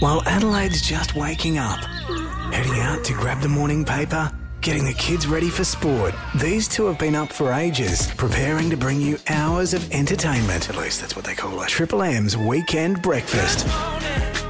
While Adelaide's just waking up, heading out to grab the morning paper, getting the kids ready for sport, these two have been up for ages, preparing to bring you hours of entertainment. At least that's what they call it. Triple M's Weekend Breakfast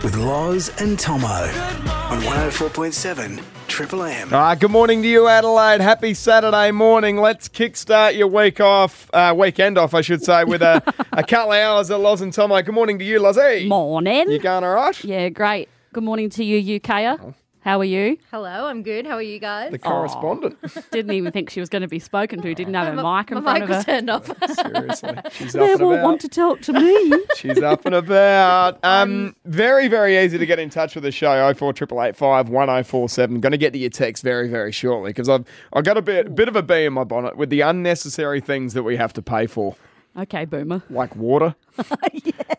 with Loz and Tomo on 104.7 Triple M. All right, Ah, good morning to you, Adelaide. Happy Saturday morning. Let's kickstart your week off, uh, weekend off, I should say, with a, a couple of hours at Loz and Tomo. Good morning to you, Lozzie. Morning. You Oh. going all right? Yeah, great. Good morning to you, UKer. How are you? Hello, I'm good. How are you guys? The correspondent. Didn't even think she was going to be spoken to. Didn't have her mic in My front mic of was her. turned off. Seriously. She's up They and will about. want to talk to me. She's up and about. Um, very, very easy to get in touch with the show. 04885 1047. Going to get to your text very, very shortly because I've, I've got a bit, bit of a bee in my bonnet with the unnecessary things that we have to pay for. okay, boomer. like water.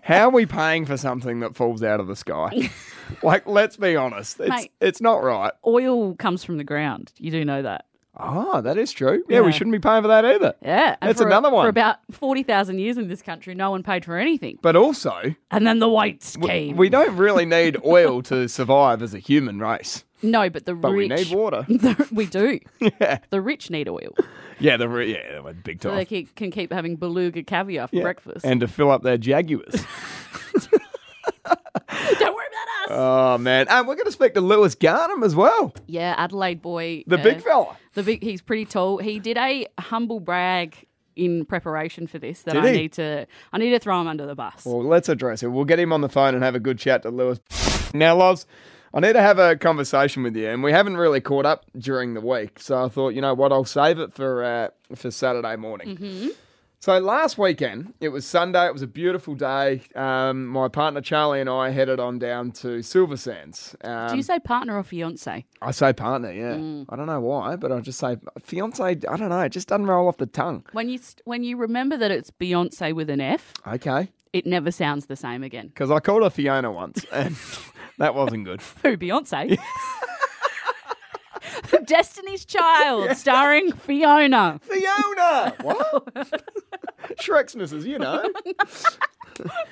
How are we paying for something that falls out of the sky? like, let's be honest, it's Mate. it's not right. Oil comes from the ground. You do know that. Ah, that is true. Yeah, we Yeah. shouldn't be paying for that either. Yeah. and that's for- another one. For about 40,000 years in this country, no one paid for anything. but also, And then the whites w- came. we don't really need oil to survive as a human race, no, but the but rich. we need water. the- we do. The rich need oil. Yeah, the re- yeah, we're big So they time. keep, can keep having beluga caviar for Oh. Yeah. breakfast. and to fill up their Jaguars. don't worry about us. oh man, and we're going to speak to Lewis Garnham as well, yeah, Adelaide boy. the uh, big fella. The big, he's pretty tall. He did a humble brag in preparation for this that Did he? I Oh, need to I need to throw him under the bus. Well, let's address it. We'll get him on the phone and have a good chat to Lewis. Now, Loves, I need to have a conversation with you, and we haven't really caught up during the week. So I thought, you know what, I'll save it for uh, for Saturday morning. Mm-hmm. So last weekend, it was Sunday. It was a beautiful day. Um, my partner Charlie and I headed on down to Silver Sands. Um, Do you Mm. say partner or fiance? I say partner, yeah. I don't know why, but I just say fiance. I don't know. It just doesn't roll off the tongue. When you st- when you remember that it's Beyonce with an F, Okay, it never sounds the same again. because I called her Fiona once, and that wasn't good. Who Beyonce? Destiny's Child, starring Fiona. Fiona! What? Shrek's missus, you know.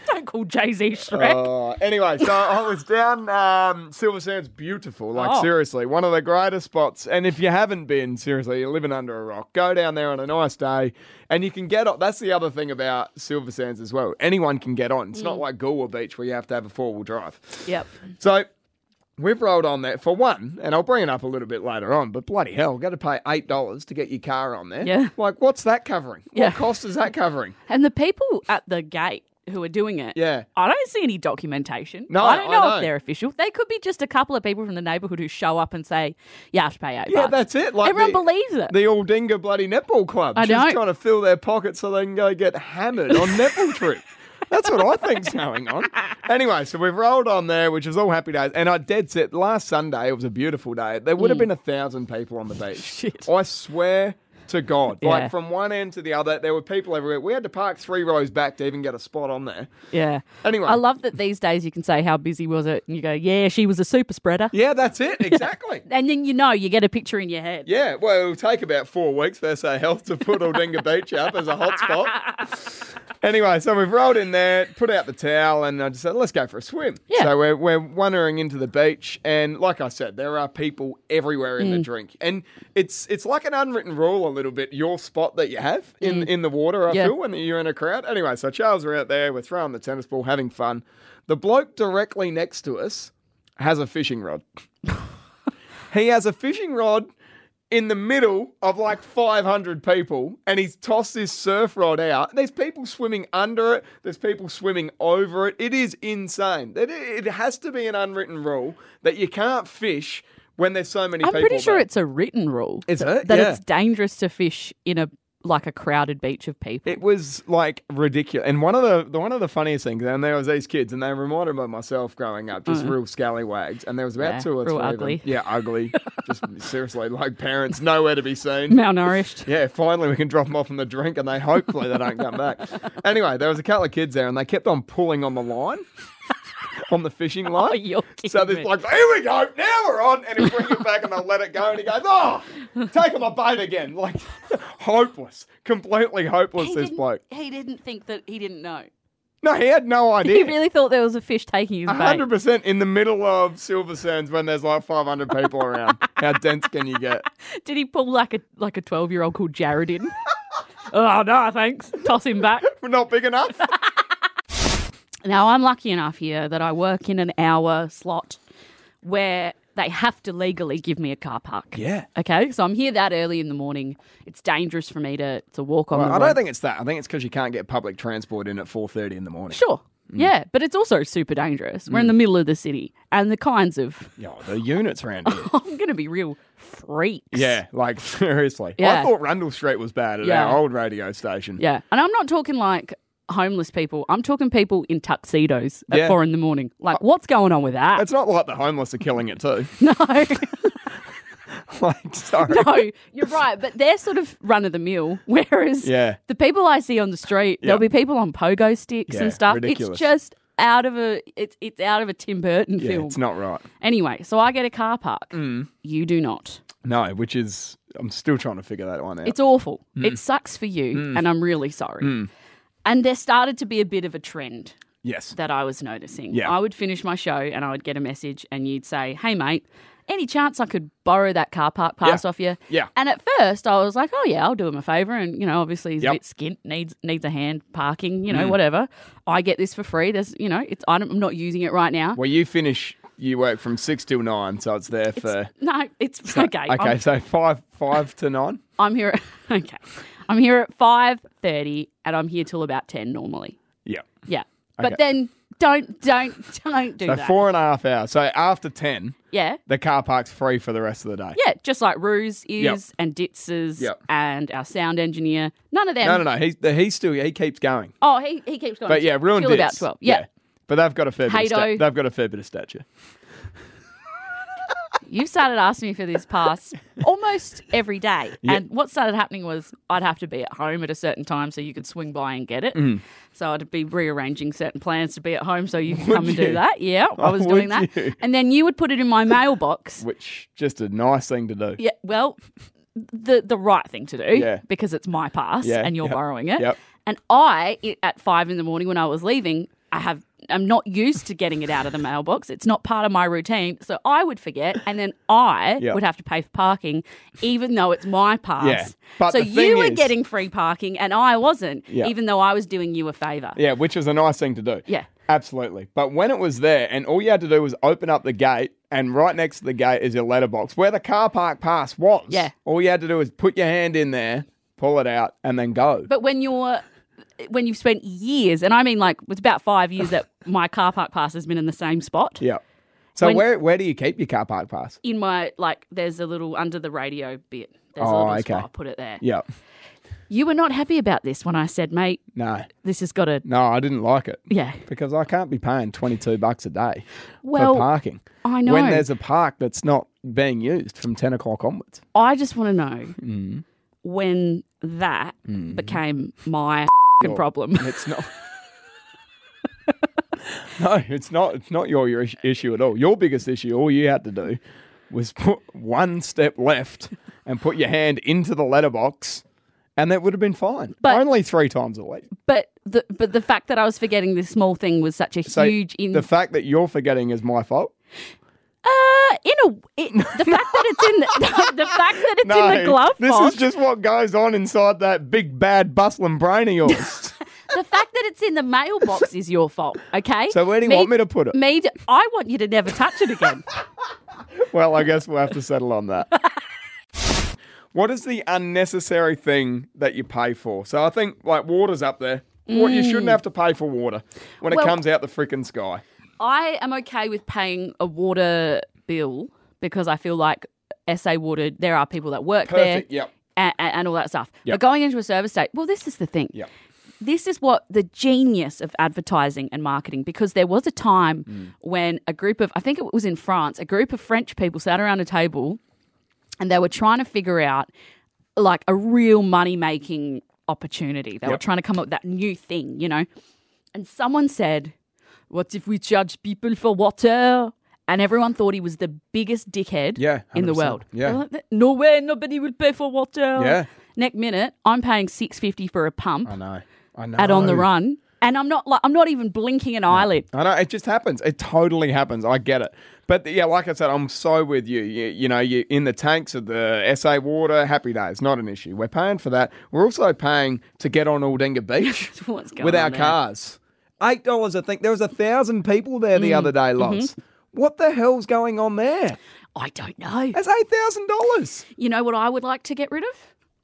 Don't call Jay Z Shrek. Uh, anyway, so I was down um, Silver Sands, beautiful. Like, Oh. seriously, one of the greatest spots. And if you haven't been, seriously, you're living under a rock. Go down there on a nice day and you can get on. That's the other thing about Silver Sands as well. Anyone can get on. It's not Mm. like Goolwa Beach where you have to have a four wheel drive. Yep. So we've rolled on that for one, and I'll bring it up a little bit later on, but bloody hell, got to pay eight dollars to get your car on there. Yeah. Like what's that covering? Yeah. What cost is that covering? And the people at the gate who are doing it, Yeah. I don't see any documentation. No, I don't I know, know. if they're official. They could be just a couple of people from the neighbourhood who show up and say, "You have to pay eight Yeah, bucks." that's it. Like Everyone the, believes it. The Aldinga bloody netball club. I Just know. trying to fill their pockets so they can go get hammered on netball trip. That's what I think's going on. Anyway, so we've rolled on there, which is all happy days. And I dead set last Sunday. It was a beautiful day. There would have been a thousand people on the beach. Mm. Shit. I swear to God, Yeah. like from one end to the other, there were people everywhere. We had to park three rows back to even get a spot on there. yeah. Anyway. I love that these days you can say how busy was it, and you go, "Yeah, she was a super spreader," Yeah, that's it. Exactly. and then you know you get a picture in your head. Yeah, well, it'll take about four weeks, they say, health to put Aldinga Beach up as a hotspot. anyway, so we've rolled in there, put out the towel, and I just said, let's go for a swim. Yeah. So we're, we're wandering into the beach, and like I said, there are people everywhere in the Mm. drink. And it's it's like an unwritten rule a little bit, your spot that you have in, in the water, I Mm. Yeah. feel, when you're in a crowd. Anyway, so Charles are out there, we're throwing the tennis ball, having fun. The bloke directly next to us has a fishing rod. He has a fishing rod in the middle of like 500 people and he's tossed this surf rod out. There's people swimming under it, there's people swimming over it. It is insane. It, it has to be an unwritten rule that you can't fish when there's so many I'm people. pretty sure there. it's a written rule. Is that, it? that Yeah. it's dangerous to fish in a like a crowded beach of people? It was like ridiculous, and one of the, the one of the funniest things, and there was these kids, and they reminded me of myself growing up, just real scallywags, and there was about Mm. Yeah, two or real three of them. ugly. yeah, ugly, just seriously like parents, nowhere to be seen. Malnourished. Yeah, finally we can drop them off on the drink, and they hopefully they don't come back. Anyway, there was a couple of kids there, and they kept on pulling on the line, on the fishing Oh, line. you're so kidding this me. bloke's like, here we go, now we're on, and he brings it back, and they'll let it go, and he goes, oh, take him a bait again, like hopeless, completely hopeless. He this didn't, bloke. he didn't think that he didn't know. No, he had no He idea. really thought there was a fish taking his bait. 100% in the middle of Silver Sands when there's like 500 people around. How dense can you get? Did he pull like a like a twelve year old called Jared in? oh no, thanks. Toss him back. We're not big enough. Now I'm lucky enough here that I work in an hour slot where they have to legally give me a car park. Yeah. Okay, so I'm here that early in the morning. It's dangerous for me to to walk on. Well, the I road. don't think it's that. I think it's because you can't get public transport in at 4.30 in the morning. Sure. Mm. Yeah, but it's also super dangerous. We're in the middle of the city, and the kinds of Yeah, the units around here. I'm gonna be real freaks. Yeah, like seriously. I Yeah. thought Rundle Street was bad at Yeah. our old radio station. Yeah. And I'm not talking like homeless people. I'm talking people in tuxedos at Yeah. Uh, four in the morning. Like, what's going on with that? It's not like the homeless are killing it too. No, like, sorry. no, you're right. But they're sort of run of the mill. Whereas Yeah. the people I see on the street, Yeah. there'll be people on pogo sticks Yeah, and stuff. ridiculous. It's just out of a it's it's out of a Tim Burton Yeah, film. it's Mm. not right. Anyway, so I get a car park. You do not. No, which is I'm still trying to figure that one out. It's awful. Mm. It sucks for you, and I'm really sorry. And there started to be a bit of a trend yes. that I was noticing. Yeah. I would finish my show and I would get a message, and you'd say, Hey, mate, any chance I could borrow that car park pass Yeah. off you? Yeah. And at first, I was like, Oh, yeah, I'll do him a favor. And, you know, obviously he's Yep. Mm. a bit skint, needs, needs a hand parking, you know, whatever. I get this for free. There's, you know, it's I don't, I'm not using it right now. Well, you finish you work from 6 till 9, so it's there for No, it's okay. Okay, I'm, so 5 5 to 9. I'm here. At, okay, I'm here at five thirty, and I'm here till about ten normally. Yeah. Yeah. Okay. But then don't don't don't do So that. four and a half hours. So after 10, yeah. the car park's free for the rest of the day. Yeah, just like Ruse is Yep. and Ditz's Yep. and our sound engineer. None of them. No, no, no. He's he's still he keeps going. Oh, he, he keeps going. But yeah, ruined Till about this. 12. Yeah. But they've got a fair bit of sta- Hato. they've got a fair bit of stature. You've started asking me for this pass almost every day. And what started happening was I'd have to be at home at a certain time so you could swing by and get it. Mm-hmm. So I'd be rearranging certain plans to be at home so you could come and you? do that. Yeah, I Oh, was doing would that. you? And then you would put it in my mailbox. which just a nice thing to do. Yeah, well, the the right thing to do Yeah. because it's my pass Yeah, and you're yep, borrowing it. yep. And I i- at five in the morning when I was leaving, I have I'm not used to getting it out of the mailbox. It's not part of my routine, so I would forget, and then I Yeah. would have to pay for parking, even though it's my pass. Yeah, but so the thing you were is- getting free parking, and I wasn't, Yeah. even though I was doing you a favor. Yeah, which was a nice thing to do. Yeah. Absolutely. But when it was there and all you had to do was open up the gate and right next to the gate is your letterbox where the car park pass was. Yeah. All you had to do was put your hand in there, pull it out, and then go. But when you're when you've spent years, and I mean like it's about five years that my car park pass has been in the same spot. yeah. So When- where where do you keep your car park pass? in my like there's a little under the radio bit. There's Oh, a little okay. spot. I put it there. Yeah. You were not happy about this when I said, mate, No. this has got to No, I didn't like it. yeah. Because I can't be paying twenty two bucks a day Well, for parking. I know. When there's a park that's not being used from ten o'clock onwards. I just want to know Mm. when that became my Your- problem. It's not. no, it's not. It's not your, your is- issue at all. Your biggest issue, all you had to do, was put one step left and put your hand into the letterbox, and that would have been fine. But- Only three times a week. But the but the fact that I was forgetting this small thing was such a So huge in the fact that you're forgetting is my fault. uh, in a it, the fact that it's in the, the fact that it's in the glove this box is just what goes on inside that big bad bustling brain of yours. The fact that it's in the mailbox is your fault, okay? So where do you want me to put it? Me, to- I want you to never touch it again. well, I guess we'll have to settle on that. what is the unnecessary thing that you pay for? So I think like water's up there. What you shouldn't have to pay for water when it Well- comes out the frickin' sky. I am okay with paying a water bill because I feel like SA Water, there are people that work Perfect. there Yep. and, and all that stuff. Yep. But going into a service state, well, this is the thing. Yep. This is what the genius of advertising and marketing, because there was a time Mm. when a group of, I think it was in France, a group of French people sat around a table and they were trying to figure out like a real money making opportunity. They were Yep. trying to come up with that new thing, you know? And someone said, What if we charge people for water? And everyone thought he was the biggest dickhead Yeah, in the 100%. world. Yeah. They were like, no way, nobody will pay for water. Yeah. Next minute, I'm paying six fifty for a pump I know. I know. at on the run. and I'm not like I'm not even blinking an eyelid. I know it just happens. It totally happens. I get it. But yeah, like I said, I'm so with you. You, you know, you in the tanks of the SA water. Happy days, not an issue. We're paying for that. We're also paying to get on Aldinga Beach What's going with on our there? cars. Eight dollars, I think. There was a thousand people there the other day, Lots. What the hell's going on there? I don't know. That's eight thousand dollars. You know what I would like to get rid of?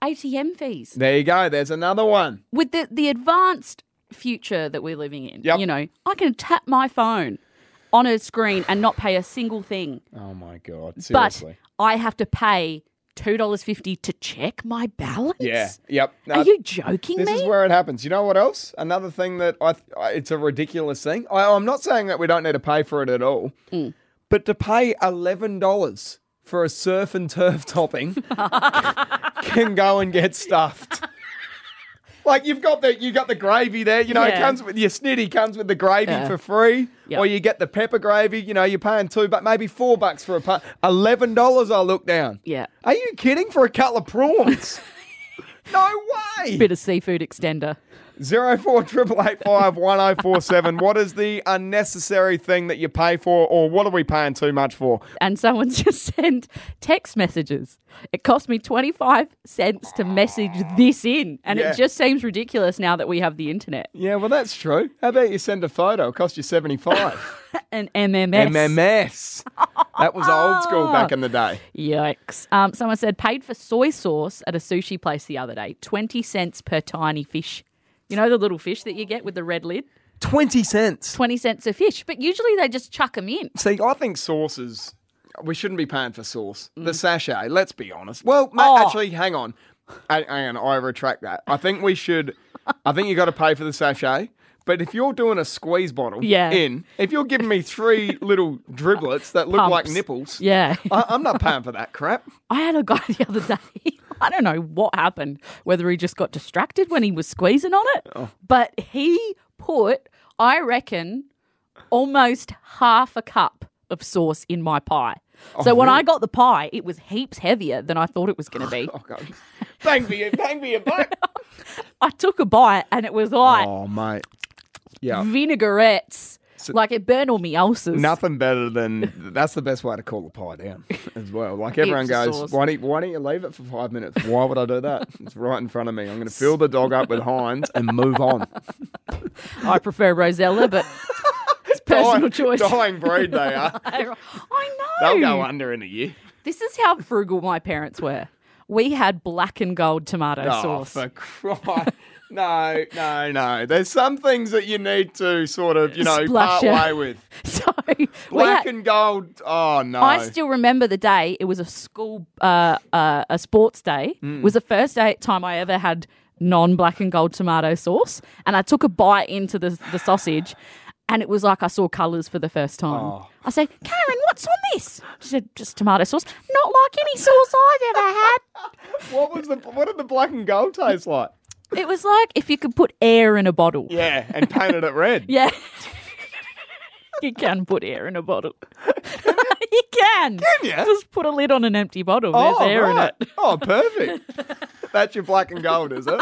ATM fees. There you go. There's another one. With the the advanced future that we're living in, Yep. you know, I can tap my phone on a screen and not pay a single thing. Oh my god! but Seriously. I have to pay two dollars fifty to check my balance. yeah. Yep. No, Are you joking This me? is where it happens. You know what else? Another thing that I, th- I it's a ridiculous thing. I, I'm not saying that we don't need to pay for it at all, Mm. but to pay eleven dollars for a surf and turf topping can go and get stuffed. Like you've got the you got the gravy there, you know. It Yeah. comes with your snitty comes with the gravy Yeah. for free, Yep. or you get the pepper gravy. You know, you're paying two, but maybe four bucks for a pu- eleven dollars. I look down. Yeah. Are you kidding? For a couple of prawns? no way. Bit of seafood extender. Zero four triple eight five one zero four seven. What is the unnecessary thing that you pay for, or what are we paying too much for? and someone's just sent text messages. It cost me 25 cents to message this in. And Yeah. it just seems ridiculous now that we have the internet Yeah, well, that's true. How about you send a photo? It cost you seventy five. and MMS. MMS. That was old school back in the day. Yikes. Um, someone said paid for soy sauce at a sushi place the other day 20 cents per tiny fish. You know the little fish that you get with the red lid? Twenty cents. 20 cents a fish. But usually they just chuck them in. See, I think sauces. We shouldn't be paying for sauce. The sachet. Let's be honest. Well, ma- Mm. Oh. actually, hang on. I, hang on. I retract that. I think we should. I think you got to pay for the sachet. But if you're doing a squeeze bottle Yeah. in, if you're giving me three little driblets that look like Pumps. nipples, Yeah. I, I'm not paying for that crap. I had a guy the other day. I don't know what happened, whether he just got distracted when he was squeezing on it, Oh. but he put, I reckon, almost half a cup of sauce in my pie. Oh, So when I got the pie, it was heaps heavier than I thought it was going to be. Oh god, bang for your bang for your buck. I took a bite and it was like oh mate, yeah. vinaigrettes. like it burned all my ulcers. Nothing better than that's the best way to cool the pie down as well. Like everyone Heaps of goes, sauce. why don't, why don't you leave it for five minutes? Why would I do that? It's right in front of me. I'm going to fill the dog up with Heinz and move on. I prefer Rosella, but it's personal dying, choice. Dying breed they are. I know. They'll go under in a year. This is how frugal my parents were. We had black and gold tomato Oh, sauce. for cry. No, no, no. There's some things that you need to sort of, you know, Splash part it. way with. So we Black had- and gold. Oh, no. I still remember the day. It was a school, uh, uh, a sports day. Mm. It was the first day, time I ever had non-black and gold tomato sauce, and I took a bite into the the sausage, and it was like I saw colours for the first time. Ah. I said, "Karen, what's on this?" She said, "Just tomato sauce. Not like any sauce I've ever had." what was the? What did the black and gold taste like? It was like if you could put air in a bottle. Yeah, and painted it red. Yeah. you can put air in a bottle. you can. Can you? Just put a lid on an empty bottle. There's air right. in it. Oh, perfect. That's your black and gold, is it?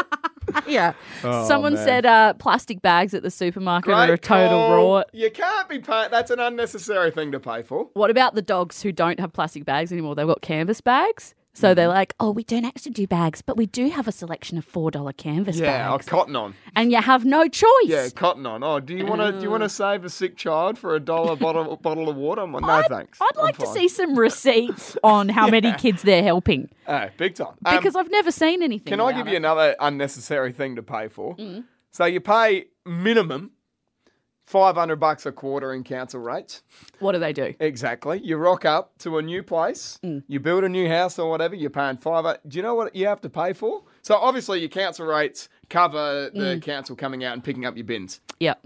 Yeah. Someone Oh, man. said uh, plastic bags at the supermarket are a Great total call. rot. You can't be paying. That's an unnecessary thing to pay for. What about the dogs who don't have plastic bags anymore? They've got canvas bags. So Hmm. they're like, oh, we don't actually do bags, but we do have a selection of $4 canvas Yeah, oh, bags. cotton on. and you have no choice. Yeah, cotton on. Oh, do you want to? Do you want to save a sick child for a dollar bottle bottle of water? No, I'd, thanks. I'd I'm like to fine. see some receipts on how many kids they're helping Oh, big time. Um, because I've never seen anything. Can I about give it. Mm. you another unnecessary thing to pay for? So you pay minimum five hundred bucks a quarter in council rates. What do they do? Exactly. You rock up to a new place, you build a new house or whatever, you're paying five. Do you know what you have to pay for? So obviously your council rates cover the council coming out and picking up your bins. Yep.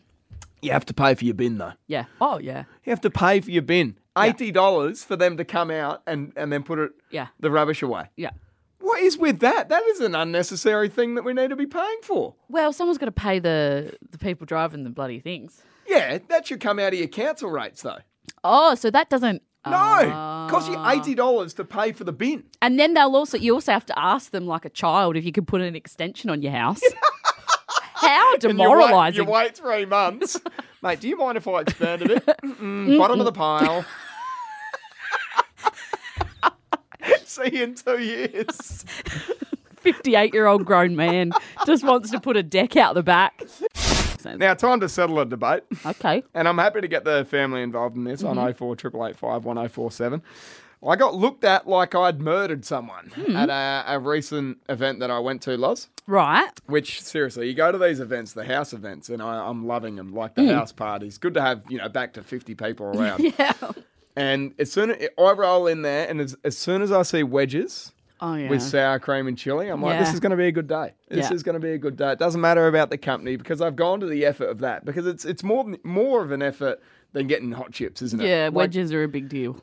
You have to pay for your bin though. Yeah. Oh, yeah. You have to pay for your bin. Eighty dollars for them to come out and, and then put it Yeah. the rubbish away. Yeah. What is with that? That is an unnecessary thing that we need to be paying for. Well, someone's got to pay the the people driving the bloody things. Yeah, that should come out of your council rates though. Oh, so that doesn't. No, cost you eighty dollars to pay for the bin. And then they'll also you also have to ask them like a child if you could put an extension on your house. How And you wait- demoralizing. You wait three months. Mate, do you mind if I expand a bit? Mm-mm, bottom of the pile. See you in two years. 58 year old grown man just wants to put a deck out the back. Now, time to settle a debate. Okay. And I'm happy to get the family involved in this on 04 888 1047. I got looked at like I'd murdered someone at a, a recent event that I went to, Loz. Right. Which seriously, you go to these events, the house events, and I, I'm loving them, like the house parties. Good to have you know back to fifty people around. Yeah. And as soon as I roll in there, and as, as soon as I see wedges Oh, yeah. with sour cream and chili, I'm like, this Yeah. is going to be a good day. This Yeah. is going to be a good day. It doesn't matter about the company because I've gone to the effort of that because it's it's more than- more of an effort than getting hot chips, isn't it? yeah, Like, wedges are a big deal.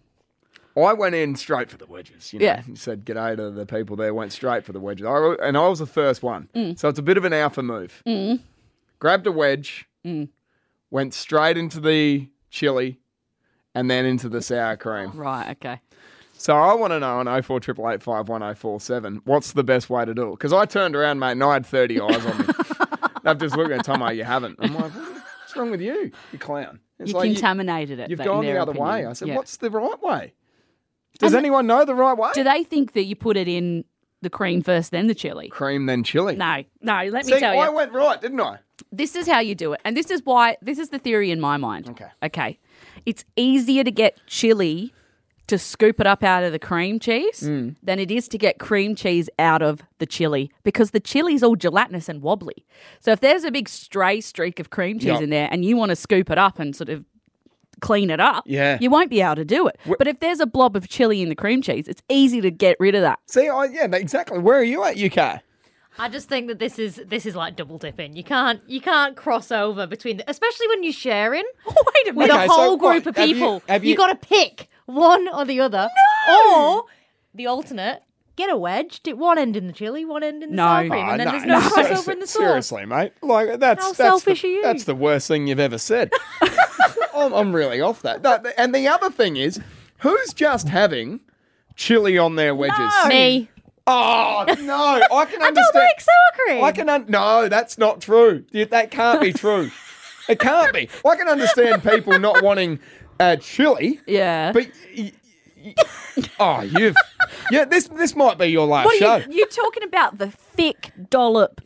I went in straight for the wedges. You know, Yeah. yeah. said g'day to the people there. Went straight for the wedges, I, wa- and I was the first one, Mm. so it's a bit of an alpha move. Grabbed a wedge, Mm. went straight into the chili, and then into the sour cream. Right, okay. So I want to know on 0488851047, what's the best way to do it? Because I turned around, mate, and I had thirty eyes on me. They've just looked at me, Tomo, you haven't. I'm like, what's wrong with you, you clown? It's You like, contaminated it. You've but in gone the their other way. opinion. I said, Yeah. what's the right way? Does anyone know the right way? Do they think that you put it in the cream first, then the chili? Cream then chili. No, no, let me See, tell you. I went right, didn't I? this is how you do it. And this is why, this is the theory in my mind. Okay. Okay. It's easier to get chili to scoop it up out of the cream cheese Mm. than it is to get cream cheese out of the chili because the chili's all gelatinous and wobbly. So if there's a big stray streak of cream cheese Yep. in there and you want to scoop it up and sort of clean it up, Yeah. you won't be able to do it. but if there's a blob of chili in the cream cheese, it's easy to get rid of that. See, I, yeah, exactly. Where are you at, UK? I just think that this is this is like double dipping. You can't you can't cross over between, the, especially when you're sharing Wait a with minute. Okay, a Oh, so whole what, group of have you- people. have you- got to pick one or the other, no! or the alternate. Get a wedge, dip one end in the chili, one end in the No. sour cream, Oh, and then there's no, crossover seriously- in the sauce. Seriously, mate. Like, that's, How that's, selfish the, are you? that's the worst thing you've ever said. I'm, I'm really off that. No, th- and the other thing is, who's just having chili on their wedges? Me, Oh, no. I can understand. I don't like sour cream. I can un- no, that's not true. Yeah, That can't be true. it can't be. I can understand people not wanting uh, chili, Yeah. but y- y- y- oh, you've yeah. This this might be your last What show. are you, you're talking about the thick dollop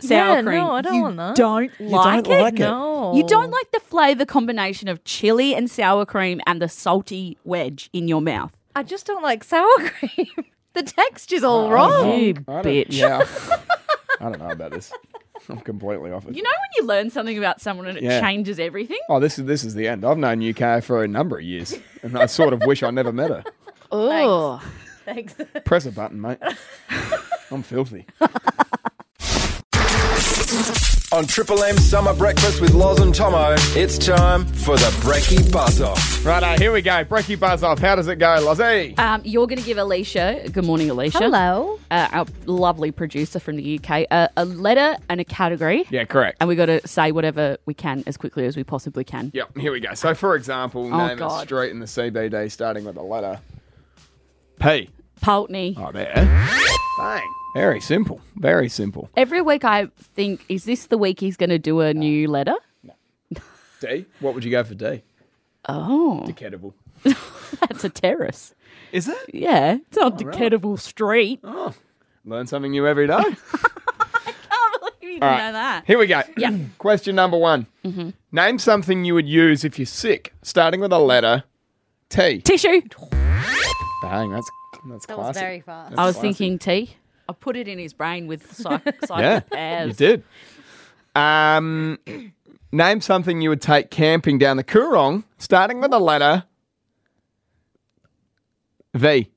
sour Yeah, cream. no, I don't you want that. Don't like don't it. like it. No, You don't like the flavour combination of chili and sour cream and the salty wedge in your mouth. I just don't like sour cream. the texture's Oh. all wrong. You I don't- bitch. Yeah, I don't know about this. I'm completely off it. You know when you learn something about someone and it Yeah. changes everything? oh, this is this is the end. I've known UK for a number of years, and I sort of wish I never met her. Oh. Thanks. Press a button, mate. I'm filthy. On Triple M Summer Breakfast with Loz and Tomo, it's time for the Breaky Buzz Off. Righto, uh, here we go. Break your buzz off. How does it go, Lozzie? Um, you're going to give Alicia, good morning, Alicia. Hello. Uh, our lovely producer from the UK, uh, a letter and a category. yeah, correct. And we got to say whatever we can as quickly as we possibly can. Yep, here we go. So, for example, name a God. street in the CBD starting with a letter P. Pulteney. Oh, there. Bang. Very simple. Very simple. Every week I think, is this the week he's going to do a new letter? D. What would you go for D? Oh, Decatable. that's a terrace. Is it? Yeah, it's on Decatable Street. I Learn something new every day. All can't believe you didn't right, know that. Here we go. Yeah. Question number one Mm-hmm. Name something you would use if you're sick, starting with a letter T. Tissue. Bang. That's, that's That was classic. Uh, very fast. I was Classy. thinking tea. I put it in his brain with psych- Yeah, you psychopaths. did. Um, name something you would take camping down the Coorong, starting with the letter V.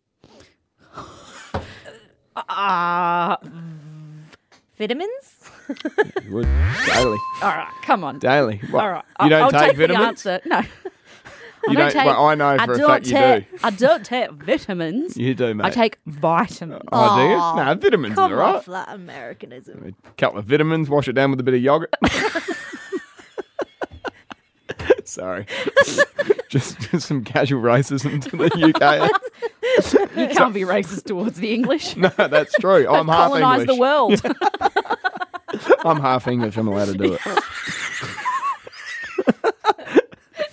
Vitamins? You would. daily, All right, come on. daily. What? All right. You don't I'll take, take vitamins. The answer. No. You don't. take- well, I know for a don't fact take, you I don't take vitamins. do. You do, mate. I take vitamins. Oh, do you? Nah, vitamins are all right. that Americanism. A couple of vitamins, wash it down with a bit of yogurt. Sorry. just, just some casual racism to the UK. You can't be racist towards the English. no, that's true. I'm half Colonize English. the world. I'm half English. I'm allowed to do it.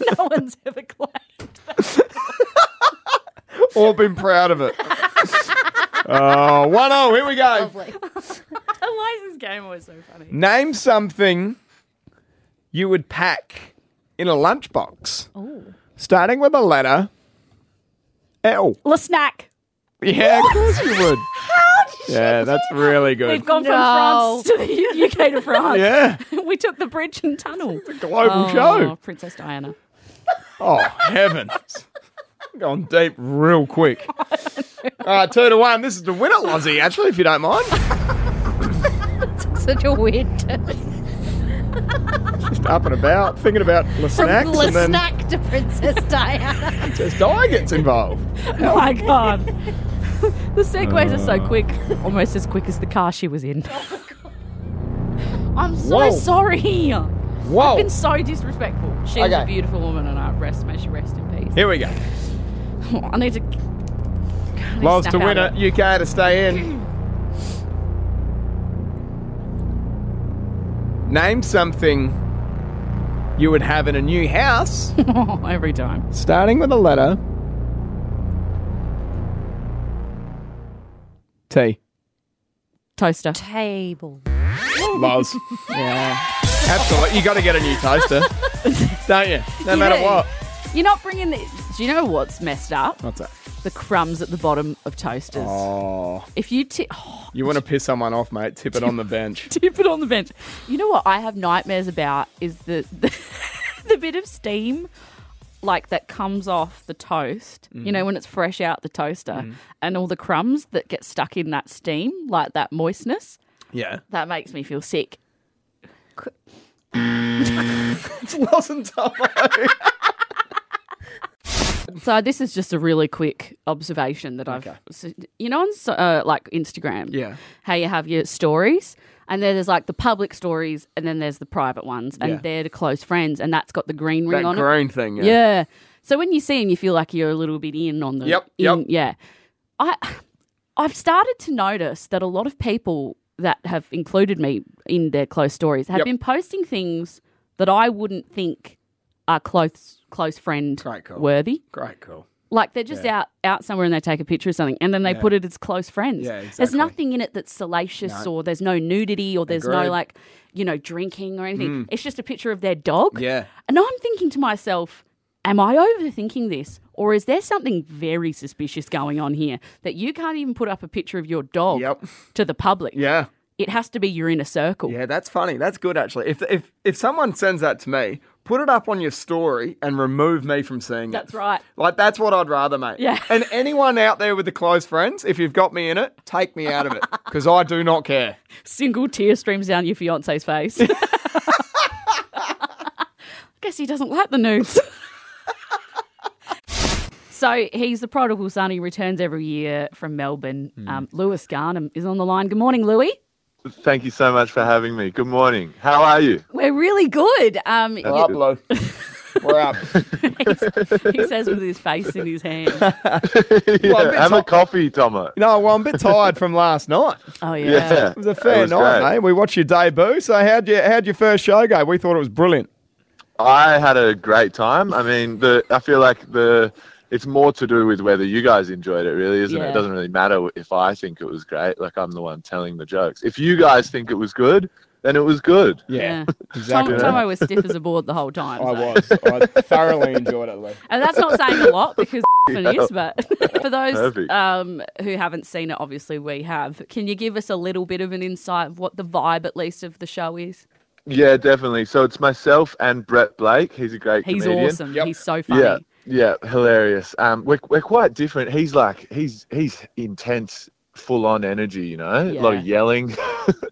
no one's ever claimed. Or been proud of it. Oh, 1 0. Here we go. Lovely. Why is this game always so funny? Name something you would pack in a lunchbox. Oh. Starting with a letter L. La snack. Yeah, of course you would. Yeah, that's really We've good. gone No. from France to the UK to France. Yeah, We took the bridge and tunnel. global Oh, show. Princess Diana. Oh, heavens. Gone deep real quick. All right, two to one. This is the winner, Lozzie, actually, if you don't mind. Such a weird turn. Just up and about, thinking about the snacks, From and then snack to Princess Diana. just Di gets involved. Oh my god. the segues are Uh. so quick, almost as quick as the car she was in. I'm so Oh Whoa. sorry. I've Whoa. been so disrespectful. She was Okay. a beautiful woman, and I rest. May she rest in peace. Oh, Here we go. I need to. I need Loz snap to out win of it, UK to stay in. Name something you would have in a new house, Oh, Every time. starting with a letter T. Toaster. Table. Loz. yeah. Absolutely. You got to get a new toaster, don't you? No matter do. what. You're not bringing the. Do you know what's messed up? What's that? The crumbs at the bottom of toasters. Oh. If you ti- oh, You want to piss someone off, mate? Tip it on the bench. tip it on the bench. You know what I have nightmares about is the the, the bit of steam like that comes off the toast. Mm. You know when it's fresh out the toaster and all the crumbs that get stuck in that steam, like that moistness. Yeah. That makes me feel sick. Loz and Tomo. So this is just a really quick observation that I've, so- you know, on so- uh, like Instagram, Yeah. how you have your stories, and then there's like the public stories, and then there's the private ones, and Yeah. they're to close friends, and that's got the green ring That on it. green thing. Yeah. So when you see them, you feel like you're a little bit in on the. Yep, in- yep. Yeah. I, I've started to notice that a lot of people that have included me in their close stories have Yep. been posting things that I wouldn't think are close close friend Great call. worthy. Great call. Like they're just out out somewhere and they take a picture of something and then they put it as close friends. Yeah, There's exactly. nothing in it that's salacious or there's no nudity or there's Agreed. Mm. no like, you know, drinking or anything. It's just a picture of their dog. Yeah. And I'm thinking to myself, am I overthinking this? Or is there something very suspicious going on here that you can't even put up a picture of your dog Yep. to the public? Yeah. It has to be your inner circle. Yeah, that's funny. That's good actually. If if if someone sends that to me, put it up on your story and remove me from seeing it. That's right. Like that's what I'd rather, mate. Yeah. And anyone out there with the close friends, if you've got me in it, take me out of it because I do not care. Single tear streams down your fiance's face. Guess he doesn't like the nudes. so he's the prodigal son. He returns every year from Melbourne. Hmm. Um, Lewis Garnham is on the line. Good morning, Louis. Thank you so much for having me. Good morning. How are you? We're really good. Um, That's Up, good. Lou. We're up. he says with his face in his hand. Yeah, Well, a bit have a top- coffee, Tomo. No, well, I'm a bit tired from last night. Oh yeah. Yeah. It was a fair was night, great. mate. We watched your debut. So how'd you how'd your first show go? We thought it was brilliant. I had a great time. I mean, the I feel like the it's more to do with whether you guys enjoyed it, really, isn't it? Yeah. It doesn't really matter if I think it was great. Like I'm the one telling the jokes. If you guys think it was good, then it was good. Yeah. exactly. Tom, Tomo was stiff as a board the whole time. I so- was. I thoroughly enjoyed it, Lou. And that's not saying a lot because it is, but for those Perfect. um, who haven't seen it, obviously we have. Can you give us a little bit of an insight of what the vibe, at least, of the show is? Yeah, definitely. So it's myself and Brett Blake. He's a great He's comedian. awesome. Yep. He's so funny. Yeah, yeah, hilarious. Um, we're we're quite different. He's like he's he's intense, full on energy. You know, a lot Yeah. of yelling,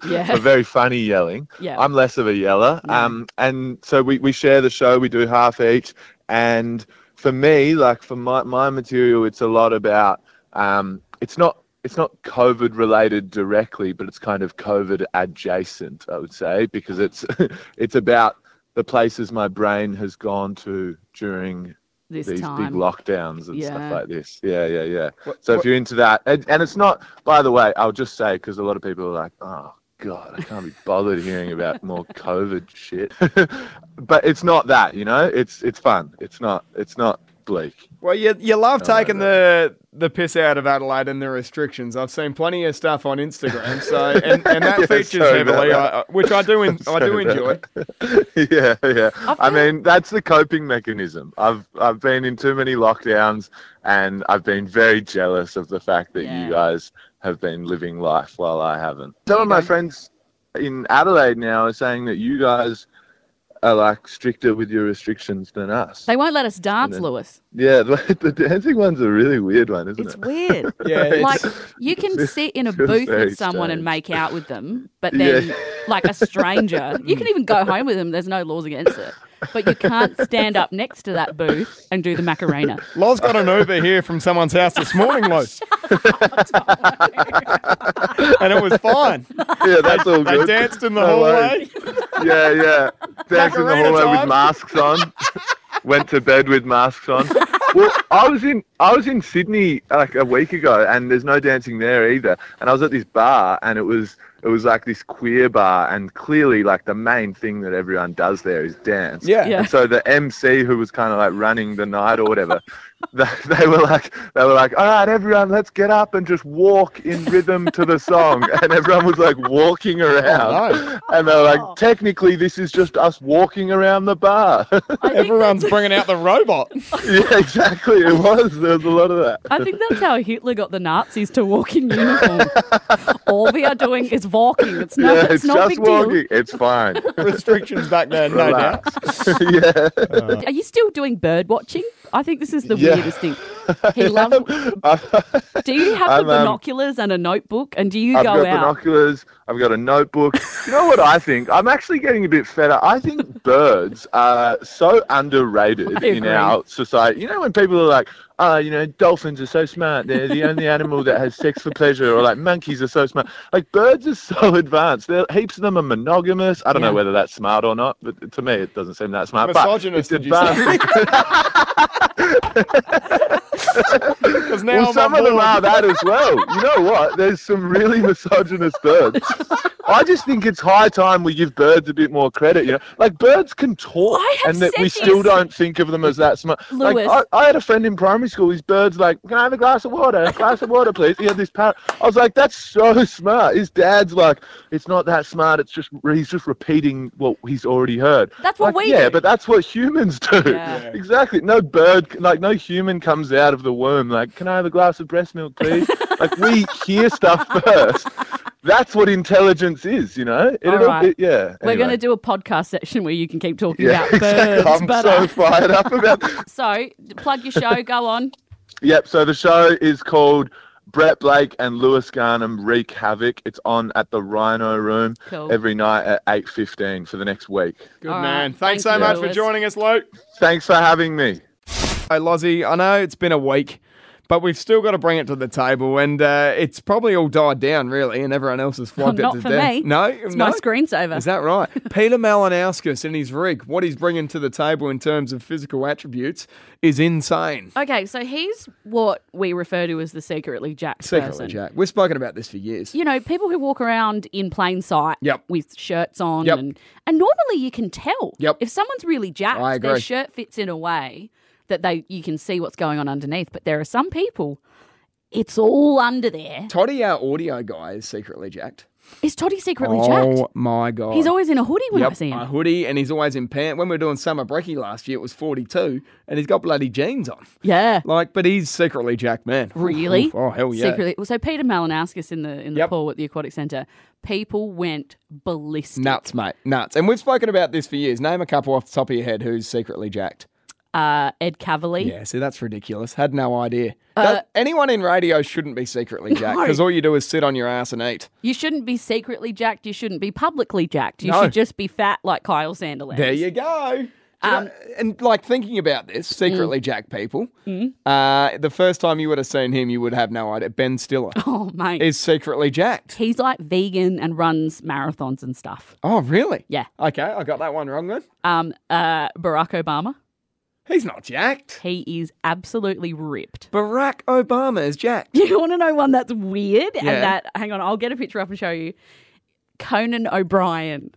Yeah. but very funny yelling. Yeah. I'm less of a yeller. No. Um, and so we we share the show. We do half each. And for me, like for my my material, it's a lot about um, it's not. It's not COVID related directly, but it's kind of COVID adjacent, I would say, because it's it's about the places my brain has gone to during this these time. big lockdowns and Yeah. stuff like this. Yeah, yeah, yeah. What- so what- if you're into that, and, and it's not, by the way, I'll just say because a lot of people are like, oh, God, I can't be bothered hearing about more COVID shit. but it's not that, you know. It's it's fun. It's not it's not bleak. Well, you, you love taking the the piss out of Adelaide and the restrictions. I've seen plenty of stuff on Instagram, so and, and that Yeah, features sorry about heavily, that. I, I- which I do en- I do Sorry about enjoy. yeah, yeah. I feel- mean, that's the coping mechanism. I've I've been in too many lockdowns, and I've been very jealous of the fact that Yeah. you guys have been living life while I haven't. Some of my friends in Adelaide now are saying that you guys are like stricter with your restrictions than us. They won't let us dance, then- Lewis. yeah, the, the dancing one's a really weird one, isn't It's it? weird. Yeah, it's- like you can sit in a it's booth very with someone and strange. make out with them, but then Yeah. like a stranger, you can even go home with them. There's no laws against it, but you can't stand up next to that booth and do the macarena. Loz got an Uber here from someone's house this morning, Loz. and it was fine. Yeah, that's all They good. danced in the No hallway. worries. Yeah, yeah. Danced in the Macarena hallway time. with masks on. Went to bed with masks on. Well, I was in I was in Sydney like a week ago, and there's no dancing there either. And I was at this bar, and it was it was like this queer bar, and clearly like the main thing that everyone does there is dance. Yeah. Yeah. And so the MC who was kind of like running the night or whatever, they, they were like they were like, all right, everyone, let's get up and just walk in rhythm to the song, and everyone was like walking around, and they're like, technically, this is just us walking around the bar. Everyone's bringing out the robot. yeah, exactly. It was. There was a lot of that. I think that's how Hitler got the Nazis to walk in uniform. All we are doing is walking. It's not. yeah, it's, it's not a just big deal. walking. It's fine. Restrictions back then, no doubt. Relax. yeah. Are you still doing bird watching? I think this is the Yeah. weirdest thing. He loves. Do you have I'm, the um, binoculars and a notebook? And do you I've go got out? binoculars. I've got a notebook. you know what I think? I'm actually getting a bit fed up. I think birds are so underrated I in agree. our society. You know, when people are like, oh, you know, dolphins are so smart. They're the only animal that has sex for pleasure, or like monkeys are so smart. Like birds are so advanced. There, heaps of them are monogamous. I don't Yeah. know whether that's smart or not, but to me, it doesn't seem that smart. Misogynist, but did it's you say? advanced. Because now Well, I'm some on of them board. are that as well. You know what? There's some really misogynist birds. I just think it's high time we give birds a bit more credit. You know, like birds can talk, I have and that we said still this. don't think of them as that smart. Lewis. Like I, I had a friend in primary school. His birds like, can I have a glass of water? A glass of water, please. He had this parrot. I was like, that's so smart. His dad's like, it's not that smart. It's just he's just repeating what he's already heard. That's what Like, we yeah, do. but that's what humans do. Yeah. Yeah. Exactly. No bird, like no human comes out of the womb like, can I have a glass of breast milk, please? like we hear stuff first. That's what intelligence is, you know. It, All it'll- right. it- yeah. We're going anyway. to do a podcast section where you can keep talking yeah, about birds. I'm but, so uh, fired up about. so plug your show. Go on. Yep. So the show is called Brett Blake and Lewis Garnham Wreak Havoc. It's on at the Rhino Room Cool. every night at eight fifteen for the next week. Good All right. man. Thanks so Thank you, much for Lewis. joining us, Luke. Thanks for having me. Hey, Lozzie, I know it's been a week, but we've still got to bring it to the table, and uh, it's probably all died down, really, and everyone else has flogged Not it to for death. me. No, It's no? my screensaver. Is that right? Peter Malinowskis and his rig, what he's bringing to the table in terms of physical attributes, is insane. okay, so he's what we refer to as the secretly jacked Secretly, person. Jack. We've spoken about this for years. You know, people who walk around in plain sight Yep. with shirts on, Yep. and, and normally you can tell Yep. if someone's really jacked. I Their agree. shirt fits in a way that they you can see what's going on underneath. But there are some people, it's all under there. Toddy, our audio guy, is secretly jacked. Is Toddy secretly oh jacked? my god! He's always in a hoodie when I yep, see him. a hoodie, and he's always in pants. When we were doing summer brekkie last year, it was forty-two, and he's got bloody jeans on. yeah. Like, but he's secretly Jack Man. Really? Oh hell yeah! Secretly. well, So Peter Malinowskis in the in the Yep. pool at the aquatic centre, people went ballistic. Nuts, mate. Nuts. And we've spoken about this for years. Name a couple off the top of your head who's secretly jacked. Uh, Ed Cavalier. Yeah, see, that's ridiculous. Had no idea. That- anyone in radio shouldn't be secretly jacked because all you do is sit on your ass and eat. You shouldn't be secretly jacked. You shouldn't be publicly jacked. You No. should just be fat like Kyle Sandilands. There you go. Do you know- and like thinking about this, secretly jacked people. Uh, the first time you would have seen him, you would have no idea. Ben Stiller Oh mate, is secretly jacked. he's like vegan and runs marathons and stuff. Oh, really? Yeah. Okay, I got that one wrong then. Um, uh, Barack Obama, He's not jacked. he is absolutely ripped. Barack Obama is jacked. You want to know one that's weird? Yeah. And that, hang on, I'll get a picture up and show you. Conan O'Brien.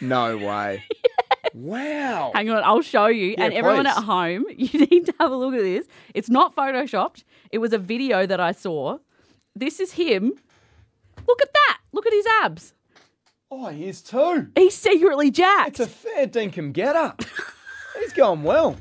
No way. Wow. Hang on, I'll show you. Yeah, and everyone please. at home, you need to have a look at this. It's not photoshopped. It was a video that I saw. This is him. Look at that. Look at his abs. Oh, he is too. He's secretly jacked. It's a fair dinkum get up. He's gone well.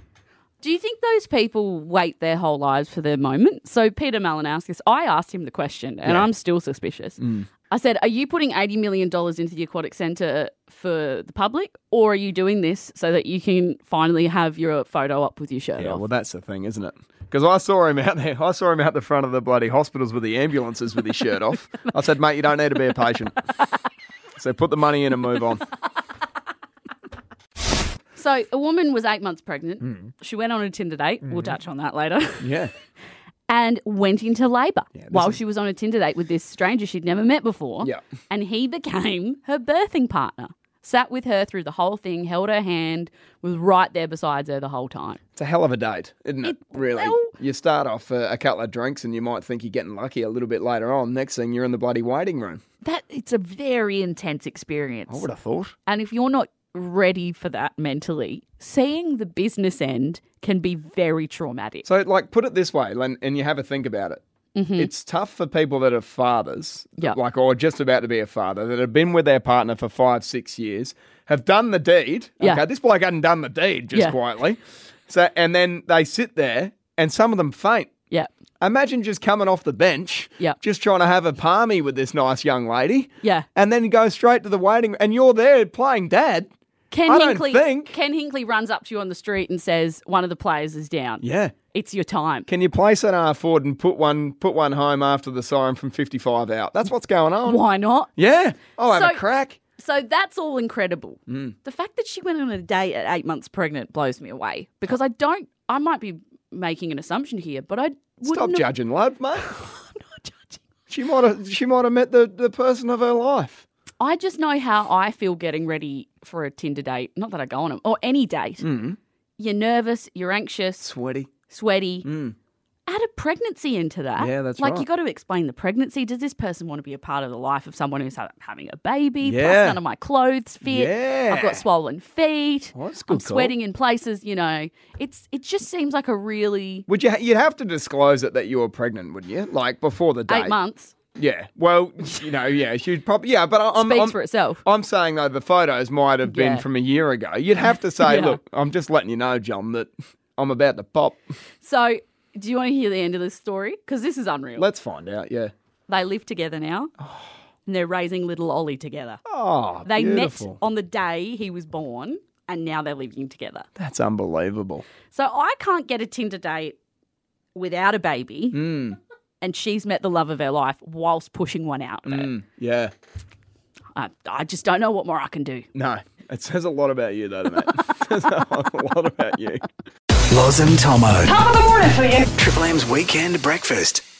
Do you think those people wait their whole lives for their moment? So Peter Malinowskis, I asked him the question, and I'm still suspicious. Mm. I said, "Are you putting eighty million dollars into the aquatic centre for the public, or are you doing this so that you can finally have your photo up with your shirt Yeah, off?" well, that's the thing, isn't it? Because I saw him out there. I saw him out the front of the bloody hospitals with the ambulances with his shirt off. I said, mate, you don't need to be a patient. so put the money in and move on. So a woman was eight months pregnant. Hmm. She went on a Tinder date. We'll touch on that later. Yeah. and went into labour this while is- she was on a Tinder date with this stranger she'd never met before. Yeah. And he became her birthing partner. Sat with her through the whole thing, held her hand, was right there beside her the whole time. It's a hell of a date, isn't it? It- really. well- You start off uh, a couple of drinks and you might think you're getting lucky a little bit later on. Next thing, you're in the bloody waiting room. That it's a very intense experience. I would have thought. And if you're not ready for that mentally, seeing the business end can be very traumatic. So, like, put it this way, Len, and you have a think about it. It's tough for people that are fathers, Mm-hmm. Yeah. like, or just about to be a father, that have been with their partner for five, six years, have done the deed. Yeah. Okay, this bloke hadn't done the deed just Yeah. quietly. So, and then they sit there, and some of them faint. yeah. Imagine just coming off the bench, Yeah. just trying to have a palmy with this nice young lady, Yeah. and then go straight to the waiting, and you're there playing dad. Ken I don't Hinkley think- Ken Hinkley runs up to you on the street and says, One of the players is down. Yeah. It's your time. Can you place an R forward and put one put one home after the siren from 55 out? That's what's going on. Why not? Yeah. I'll have a So- crack. So that's all incredible. Mm. The fact that she went on a date at eight months pregnant blows me away because I don't, I might be making an assumption here, but I wouldn't. Stop have- judging love, mate. I'm not judging. She might have she might have met the, the person of her life. I just know how I feel getting ready for a Tinder date. Not that I go on them, or any date. Mm. You're nervous, you're anxious, Sweaty. sweaty. Add a pregnancy into that. Mm. Yeah, that's like right. you got to explain the pregnancy. Does this person want to be a part of the life of someone who's ha- having a baby? Yeah. Plus, none of my clothes fit. I've Yeah. got swollen feet. Well, that's a good I'm call. sweating in places. You know, it's it just seems like a really Would you ha- you'd have to disclose it that you were pregnant, wouldn't you? Like before the date. eight months Yeah. Well, you know, yeah, she'd probably yeah, but I- I'm speaks I'm, for itself. I'm saying though the photos might have been Yeah. from a year ago. You'd have to say, Yeah. look, I'm just letting you know, John, that I'm about to pop. So, do you want to hear the end of this story? Because this is unreal. Let's find out, yeah. they live together now, and they're raising little Ollie together. Oh, they beautiful. met on the day he was born, and now they're living together. That's unbelievable. So I can't get a Tinder date without a baby. And she's met the love of her life whilst pushing one out. of it. Mm, yeah. I, I just don't know what more I can do. No, it says a lot about you, though, mate. it says a lot about you. Loz and Tomo. Top of the morning for you. Triple M's weekend breakfast.